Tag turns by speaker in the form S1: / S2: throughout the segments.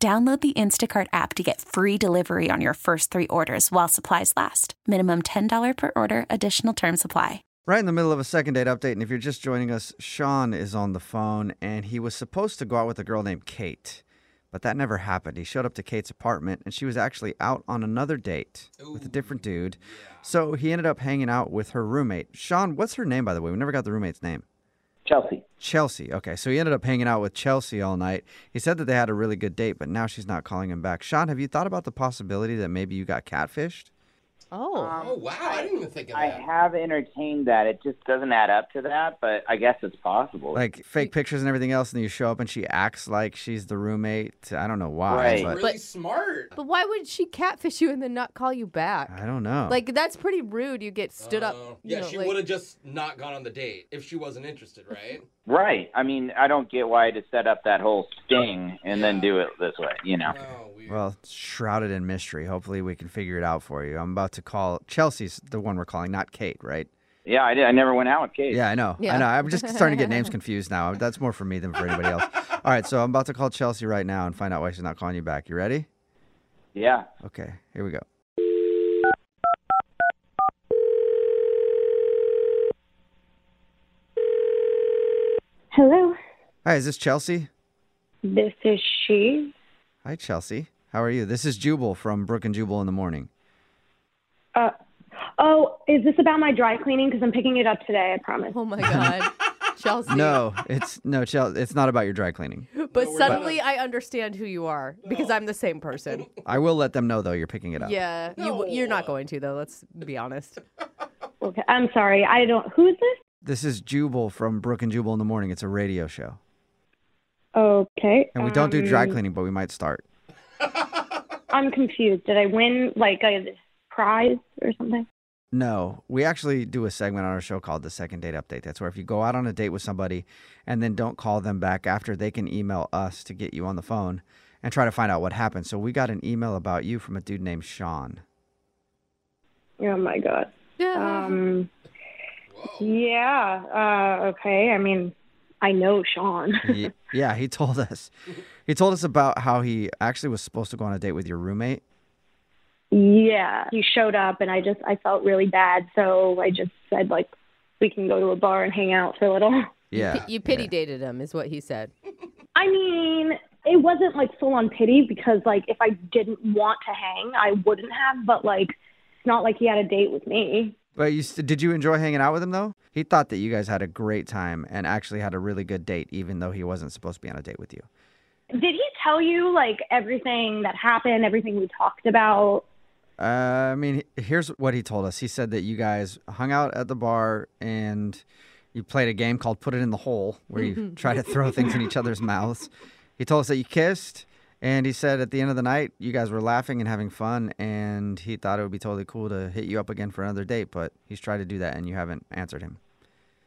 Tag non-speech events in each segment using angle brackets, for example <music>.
S1: Download the Instacart app to get free delivery on your first three orders while supplies last. Minimum $10 per order, additional term supply.
S2: Right in the middle of a second date update, and if you're just joining us, Sean is on the phone, and he was supposed to go out with a girl named Kate, but that never happened. He showed up to Kate's apartment, and she was actually out on another date with a different dude. So he ended up hanging out with her roommate. Sean, what's her name, by the way? We never got the roommate's name.
S3: Chelsea.
S2: Chelsea. Okay, so he ended up hanging out with Chelsea all night. He said that they had a really good date, but now she's not calling him back. Sean, have you thought about the possibility that maybe you got catfished?
S4: Oh,
S3: Um,
S5: Oh wow! I, didn't even think of
S3: I
S5: that.
S3: have entertained that. It just doesn't add up to that, but I guess it's possible.
S2: Like fake pictures and everything else, and you show up and she acts like she's the roommate. I don't know why,
S3: Right.
S2: but
S5: really
S4: But-
S5: smart.
S4: but why would she catfish you and then not call you back?
S2: I don't know.
S4: Like that's pretty rude. You get stood up.
S5: Uh,
S4: you
S5: yeah,
S4: know,
S5: she
S4: like-
S5: would have just not gone on the date if she wasn't interested,
S3: <laughs>
S5: right?
S3: right. I mean, I don't get why to set up that whole sting and then do it this way, you know.
S5: Oh, weird.
S2: well, it's shrouded in mystery. Hopefully, we can figure it out for you. I'm about to call Chelsea's the one we're calling, not Kate, right?
S3: Yeah, I did. I never went out with Kate.
S2: Yeah, I know. I
S4: Yeah.
S2: know. I'm just starting to get names confused now. That's more for me than for anybody else. All right, so I'm about to call Chelsea right now and find out why she's not calling you back. You ready?
S3: Yeah.
S2: Okay, here we go.
S6: Hello,
S2: Hi, is this Chelsea?
S6: this is she.
S2: Hi, Chelsea. How are you? This is Jubal from Brook and Jubal in the morning.
S6: Uh, oh, is this about my dry cleaning? Because I'm picking it up today, I promise.
S4: Oh my
S5: <laughs>
S4: god, Chelsea.
S2: No, it's no, Chelsea. It's not about your dry cleaning.
S4: But suddenly I understand who you are because I'm the same
S5: <laughs>
S4: person.
S2: I will let them know though you're picking it up.
S4: Yeah, you you're not going to though. Let's be
S5: <laughs>
S4: honest.
S6: Okay, I'm sorry. I don't. Who's this?
S2: This is Jubal from Brook and Jubal in the morning. It's a radio show.
S6: Okay.
S2: And we don't do dry
S6: um,
S2: cleaning, but we might start.
S6: I'm confused. Did I win like a prize or something?
S2: No, we actually do a segment on our show called the second date update. That's where if you go out on a date with somebody and then don't call them back after, they can email us to get you on the phone and try to find out what happened. So we got an email about you from a dude named Sean.
S6: Oh my god.
S4: Yeah.
S6: Um.
S5: Whoa.
S6: Yeah. Uh. Okay. I mean, I know Sean.
S2: He- yeah, he told us. He told us about how he actually was supposed to go on a date with your roommate.
S6: <laughs> yeah. He showed up, and I just I felt really bad, so I just said like, we can go to a bar and hang out for a little.
S2: Yeah.
S4: you pity dated him is what he said.
S6: I mean, it wasn't like full on pity because like if I didn't want to hang, I wouldn't have. But like, it's not like he had a date with me.
S2: But you st- did you enjoy hanging out with him though? He thought that you guys had a great time and actually had a really good date, even though he wasn't supposed to be on a date with you.
S6: Did he tell you like everything that happened, everything we talked about?
S2: Uh, I mean, he- here's what he told us. He said that you guys hung out at the bar and you played a game called Put It in the Hole, where you try to throw things in each other's mouths. He told us that you kissed, and he said at the end of the night you guys were laughing and having fun, and he thought it would be totally cool to hit you up again for another date. But he's tried to do that, and you haven't answered him.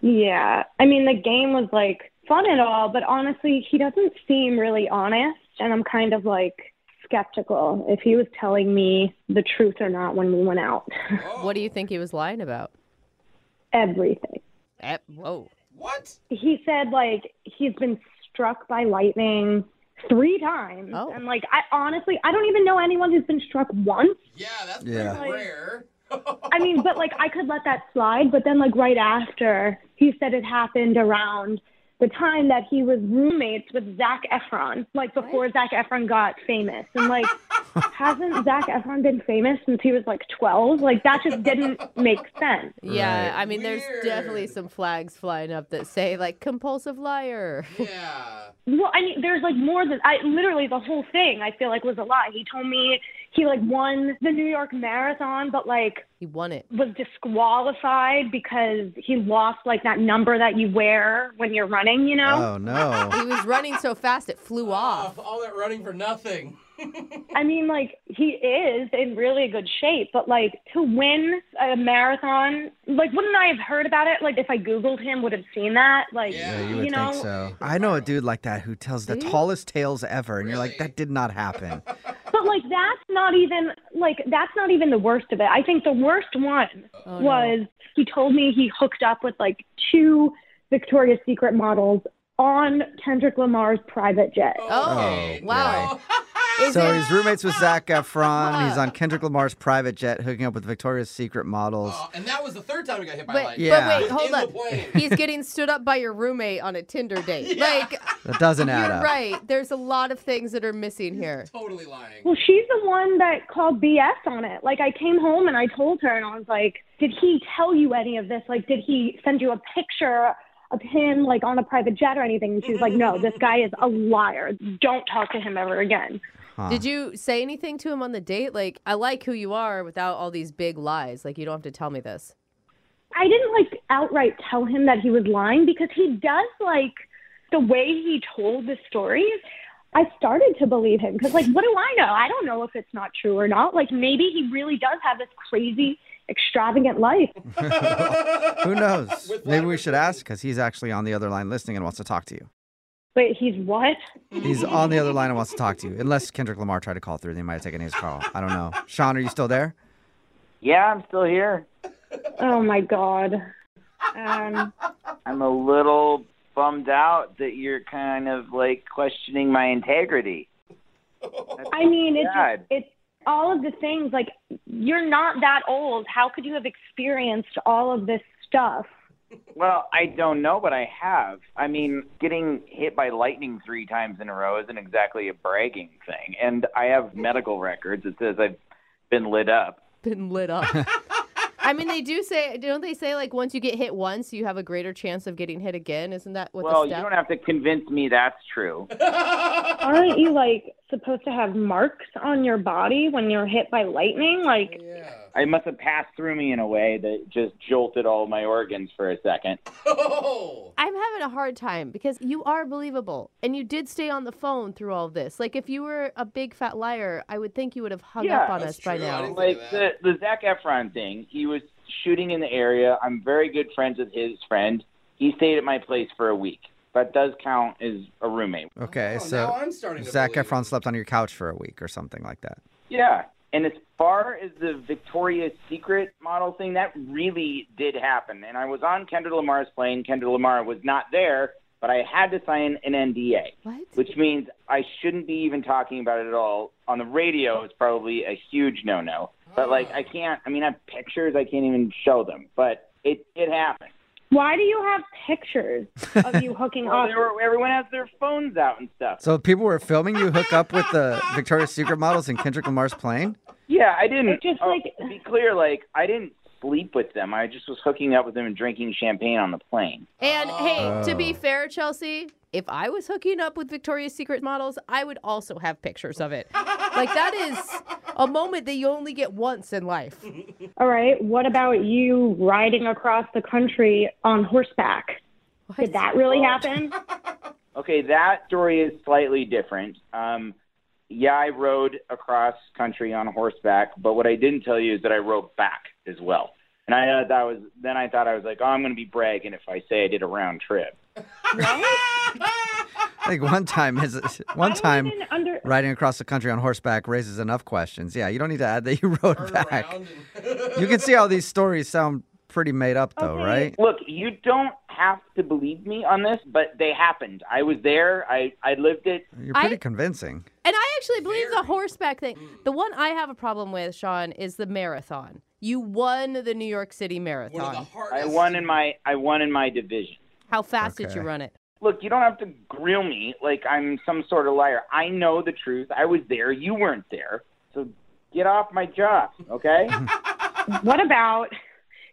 S6: Yeah, I mean the game was like fun at all, but honestly, he doesn't seem really honest, and I'm kind of like skeptical if he was telling me the truth or not when we went out. <laughs>
S4: What do
S5: Oh.
S4: you think he was lying about?
S6: everything.
S4: Eh, whoa.
S5: What?
S6: he said like he's been struck by lightning three times
S4: Oh.
S6: and like i honestly i don't even know anyone who's been struck once
S5: Yeah, that's
S2: Yeah.
S5: pretty rare.
S6: i mean but like i could let that slide but then like right after he said it happened around the time that he was roommates with zach efron like before zach efron got famous and like hasn't zach efron been famous since he was like 12 like that just didn't make sense
S4: Yeah,
S2: Right.
S4: I mean, there's definitely
S5: Weird.
S4: some flags flying up that say like compulsive liar.
S5: yeah.
S6: Well, I mean, there's like more than I literally the whole thing. I feel like was a lie. He told me he like won the New York Marathon, but like
S4: He won it.
S6: was disqualified because he lost like that number that you wear when you're running. You know?
S2: Oh no.
S5: Oh,
S4: He was running so fast it flew off.
S5: All that running for nothing.
S6: I mean, like he is in really good shape, but like to win a marathon, like wouldn't I have heard about it? Like if I googled him, would have seen that. Like
S5: Yeah,
S2: Yeah, you would
S6: know,
S2: think so. I know a dude like that who tells the tallest tales ever, and you're like,
S5: Really?
S2: that did not happen.
S6: but like that's not even like that's not even the worst of it. I think the worst one
S4: Oh, no.
S6: was he told me he hooked up with like two Victoria's Secret models on Kendrick Lamar's private jet.
S4: Oh,
S5: Okay.
S4: wow. <laughs>
S2: <laughs>
S4: Is
S2: so
S4: it-
S2: he's roommates with Zach Efron. He's
S4: <laughs>
S2: on Kendrick Lamar's private jet, hooking up with Victoria's Secret models.
S5: Oh, and that was the third time we got hit by
S4: But,
S5: lightning.
S2: Yeah.
S4: but wait, hold
S5: In the
S4: up.
S5: plane.
S4: <laughs> He's getting stood up by your roommate on a Tinder date. Like,
S2: That doesn't add
S4: you're
S2: up.
S4: right. There's a lot of things that are missing here.
S5: Totally
S6: <laughs>
S5: lying. <laughs>
S6: Well, she's the one that called BS on it. Like, I came home and I told her, and I was like, Did he tell you any of this? Like, did he send you a picture of him, like, on a private jet or anything? And she was
S4: Mm-hmm.
S6: like, No, this guy is a liar. Don't talk to him ever again.
S2: Huh.
S4: Did you say anything to him on the date? Like, I like who you are without all these big lies. Like, you don't have to tell me this. <laughs>
S6: I didn't, like, outright tell him that he was lying because he does, like, the way he told the stories. I started to believe him because, like, what do I know? I don't know if it's not true or not. Like, maybe he really does have this crazy, extravagant life.
S2: Who
S4: <laughs>
S2: knows?
S5: With
S2: Maybe
S5: Vladimir
S2: we should
S5: Putin.
S2: ask because he's actually on the other line listening and wants to talk to
S4: <laughs>
S2: you.
S6: Wait, he's what?
S2: He's on the other line and wants to talk to you. Unless Kendrick Lamar tried to call through, they might have taken his call. I don't
S4: <laughs>
S2: know. Sean, are you still there?
S3: Yeah, I'm still here.
S6: Oh my god. Um,
S3: I'm a little bummed out that you're kind of like questioning my integrity.
S6: I mean, it's
S3: God.
S6: just, it's all of the things. Like, you're not that old. How could you have experienced all of this stuff?
S3: Well, I don't know, but I have. I mean, getting hit by lightning three times in a row isn't exactly a bragging thing. And I have medical records that says I've been lit up.
S4: Been lit up. I mean, they do say, don't they say, like, once you get hit once, you have a greater chance of getting hit again? Isn't that what
S3: well,
S4: the
S3: you
S4: step?
S3: don't have to convince me that's true.
S6: Aren't you like supposed to have marks on your body when you're hit by lightning? Like,
S5: yeah.
S3: I must have passed through me in a way that just jolted all my organs for a second.
S5: Oh.
S4: I'm having a hard time because you are believable and you did stay on the phone through all this. Like, if you were a big fat liar, I would think you would have hung
S3: Yeah,
S4: up on
S5: that's
S4: us by
S5: true. I
S4: now.
S5: didn't-
S3: Like the
S5: that.
S3: the Zac Efron thing, he was shooting in the area. I'm very good friends with his friend. He stayed at my place for a week. That does count as a roommate.
S2: Okay,
S5: Oh, now
S2: so
S5: I'm starting to
S2: Zach
S5: believe.
S2: Efron
S5: <laughs>
S2: slept on your couch for a week or something like that.
S3: Yeah. And as far as the Victoria's Secret model thing, that really did happen. And I was on Kendra Lamar's plane. Kendra Lamar was not there, but I had to sign an NDA,
S4: What?
S3: which means I shouldn't be even talking about it at all. On the radio, it's probably a huge no no. But, like, I can't, I mean, I have pictures, I can't even show them. But it, it happened.
S6: why do you have pictures
S3: <laughs>
S6: of you hooking
S3: Well,
S6: up?
S3: there were, everyone has their phones out and stuff.
S2: So people were filming you hook up with the Victoria's Secret models in Kendrick Lamar's plane.
S3: Yeah, I didn't.
S6: It's just
S3: oh,
S6: like-
S3: to be clear, like I didn't sleep with them. I just was hooking up with them and drinking champagne on the plane.
S4: And hey, to be
S2: Oh.
S4: fair, Chelsea, if I was hooking up with Victoria's Secret models, I would also have pictures of it. like that is a moment that you only get once in life.
S6: all right, what about you riding across the country on horseback? Did that really
S3: <laughs>
S6: happen?
S3: Okay, that story is slightly different. Um, yeah, I rode across country on horseback, but what I didn't tell you is that I rode back as well. And I uh, that was then I thought I was like, oh, I'm going to be bragging if I say I did a round trip.
S2: Like one time, his
S6: <laughs>
S2: one
S6: I
S2: time
S6: didn't under-
S2: riding across the country on horseback raises enough questions. Yeah, you don't need to add that you rode
S5: Turn
S2: back.
S5: around <laughs>
S2: You can see how these stories sound pretty made up, though,
S6: Okay.
S2: right?
S3: Look, you don't have to believe me on this, but they happened. I was there. I I lived it.
S2: You're
S4: I-
S2: pretty convincing.
S4: And I actually believe the horseback thing. The one I have a problem with, Sean, is the marathon. You won the New York City
S5: and one of the
S4: Marathon.
S5: hardest.
S3: I won in my I won in my division.
S4: How fast did you
S2: Okay.
S4: run it?
S3: look, you don't have to grill me like I'm some sort of liar. I know the truth. I was there. You weren't there. So get off my job, okay?
S6: What about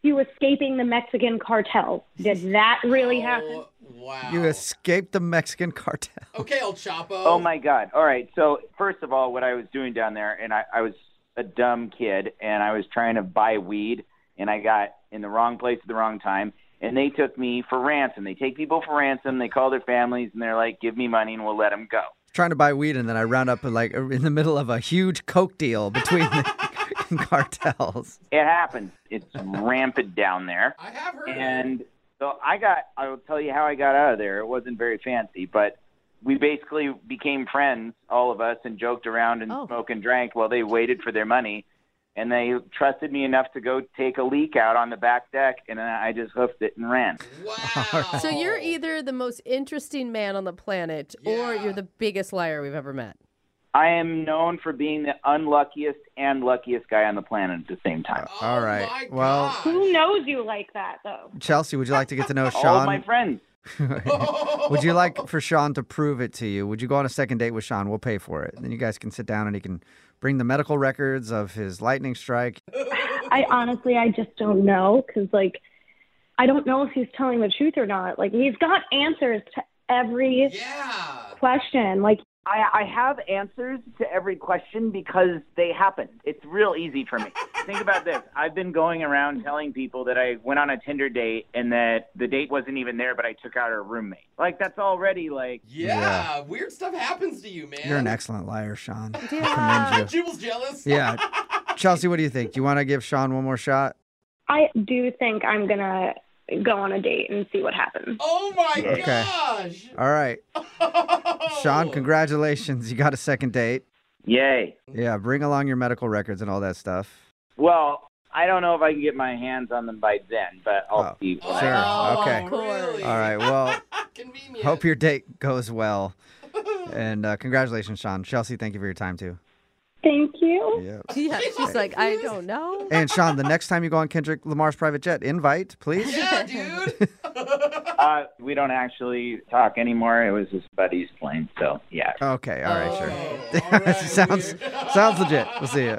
S6: you escaping the Mexican cartel? Did that really happen?
S5: Oh, wow.
S2: You escaped the Mexican <laughs> cartel.
S5: Okay, El Chapo.
S3: oh my God. All right. So, first of all, what I was doing down there, and I, I was a dumb kid, and I was trying to buy weed, and I got in the wrong place at the wrong time. And they took me for ransom. They take people for ransom. They call their families, and they're like, give me money, and we'll let them go.
S2: trying to buy weed, and then I round up like in the middle of a huge coke deal between the <laughs> cartels.
S3: It happens. It's <laughs> rampant down there.
S5: I have heard.
S3: And so I got, I will tell you how I got out of there. It wasn't very fancy, but we basically became friends, all of us, and joked around and
S4: Oh.
S3: smoked and drank while they waited for their money. And they trusted me enough to go take a leak out on the back deck, and I just hoofed it and ran.
S5: wow.
S4: So you're either the most interesting man on the planet or
S5: Yeah.
S4: you're the biggest liar we've ever met.
S3: I am known for being the unluckiest and luckiest guy on the planet at the same time.
S5: <laughs> Oh
S2: All right.
S5: my
S2: Well-
S5: God.
S6: Who knows you like that though?
S2: Chelsea, would you like to get to know
S3: All of my
S2: Sean?
S3: friends.
S5: Oh,
S2: would you like for Sean to prove it to you? Would you go on a second date with Sean? We'll pay for it. Then you guys can sit down and he can bring the medical records of his lightning strike.
S6: I honestly, I just don't know because, like, I don't know if he's telling the truth or not. Like, he's got answers to every
S5: Yeah.
S6: question. Like,
S3: I, I have answers to every question because they happen. It's real easy for me. Think about this. I've been going around telling people that I went on a Tinder date and that the date wasn't even there, but I took out her roommate. Like, that's already like,
S5: Yeah.
S2: Yeah.
S5: Weird stuff happens to you, man.
S2: You're an excellent liar, Sean. I
S4: Yeah.
S5: <laughs>
S2: commend you.
S5: She was jealous.
S2: Yeah. Chelsea, what do you think? Do you want to give Sean one more shot?
S6: I do think I'm going to go on a date and see what happens.
S5: Oh my
S2: Okay.
S5: gosh.
S2: All right. Sean,
S5: Oh.
S2: congratulations. You got a second date.
S3: yay.
S2: Yeah, bring along your medical records and all that stuff.
S3: Well, I don't know if I can get my hands on them by then, but I'll
S2: Oh,
S3: see. what I-
S2: Sure.
S4: Oh,
S2: okay.
S4: of course.
S5: Really?
S2: All right. Well,
S5: Convenient.
S2: hope your date goes well. And uh, congratulations, Sean. Chelsea, thank you for your time too.
S6: Thank you.
S2: Yep.
S4: Yeah, she's like, I don't know.
S2: And Sean, the next time you go on Kendrick Lamar's private jet, invite,
S5: <laughs>
S2: please.
S5: Yeah,
S2: <laughs>
S5: dude.
S3: Uh, we don't actually talk anymore. It was his buddy's plane. So, yeah.
S2: Okay. All right. Sure.
S5: Oh, all
S2: <laughs>
S5: right,
S2: sounds
S5: weird.
S2: sounds legit. We'll see you.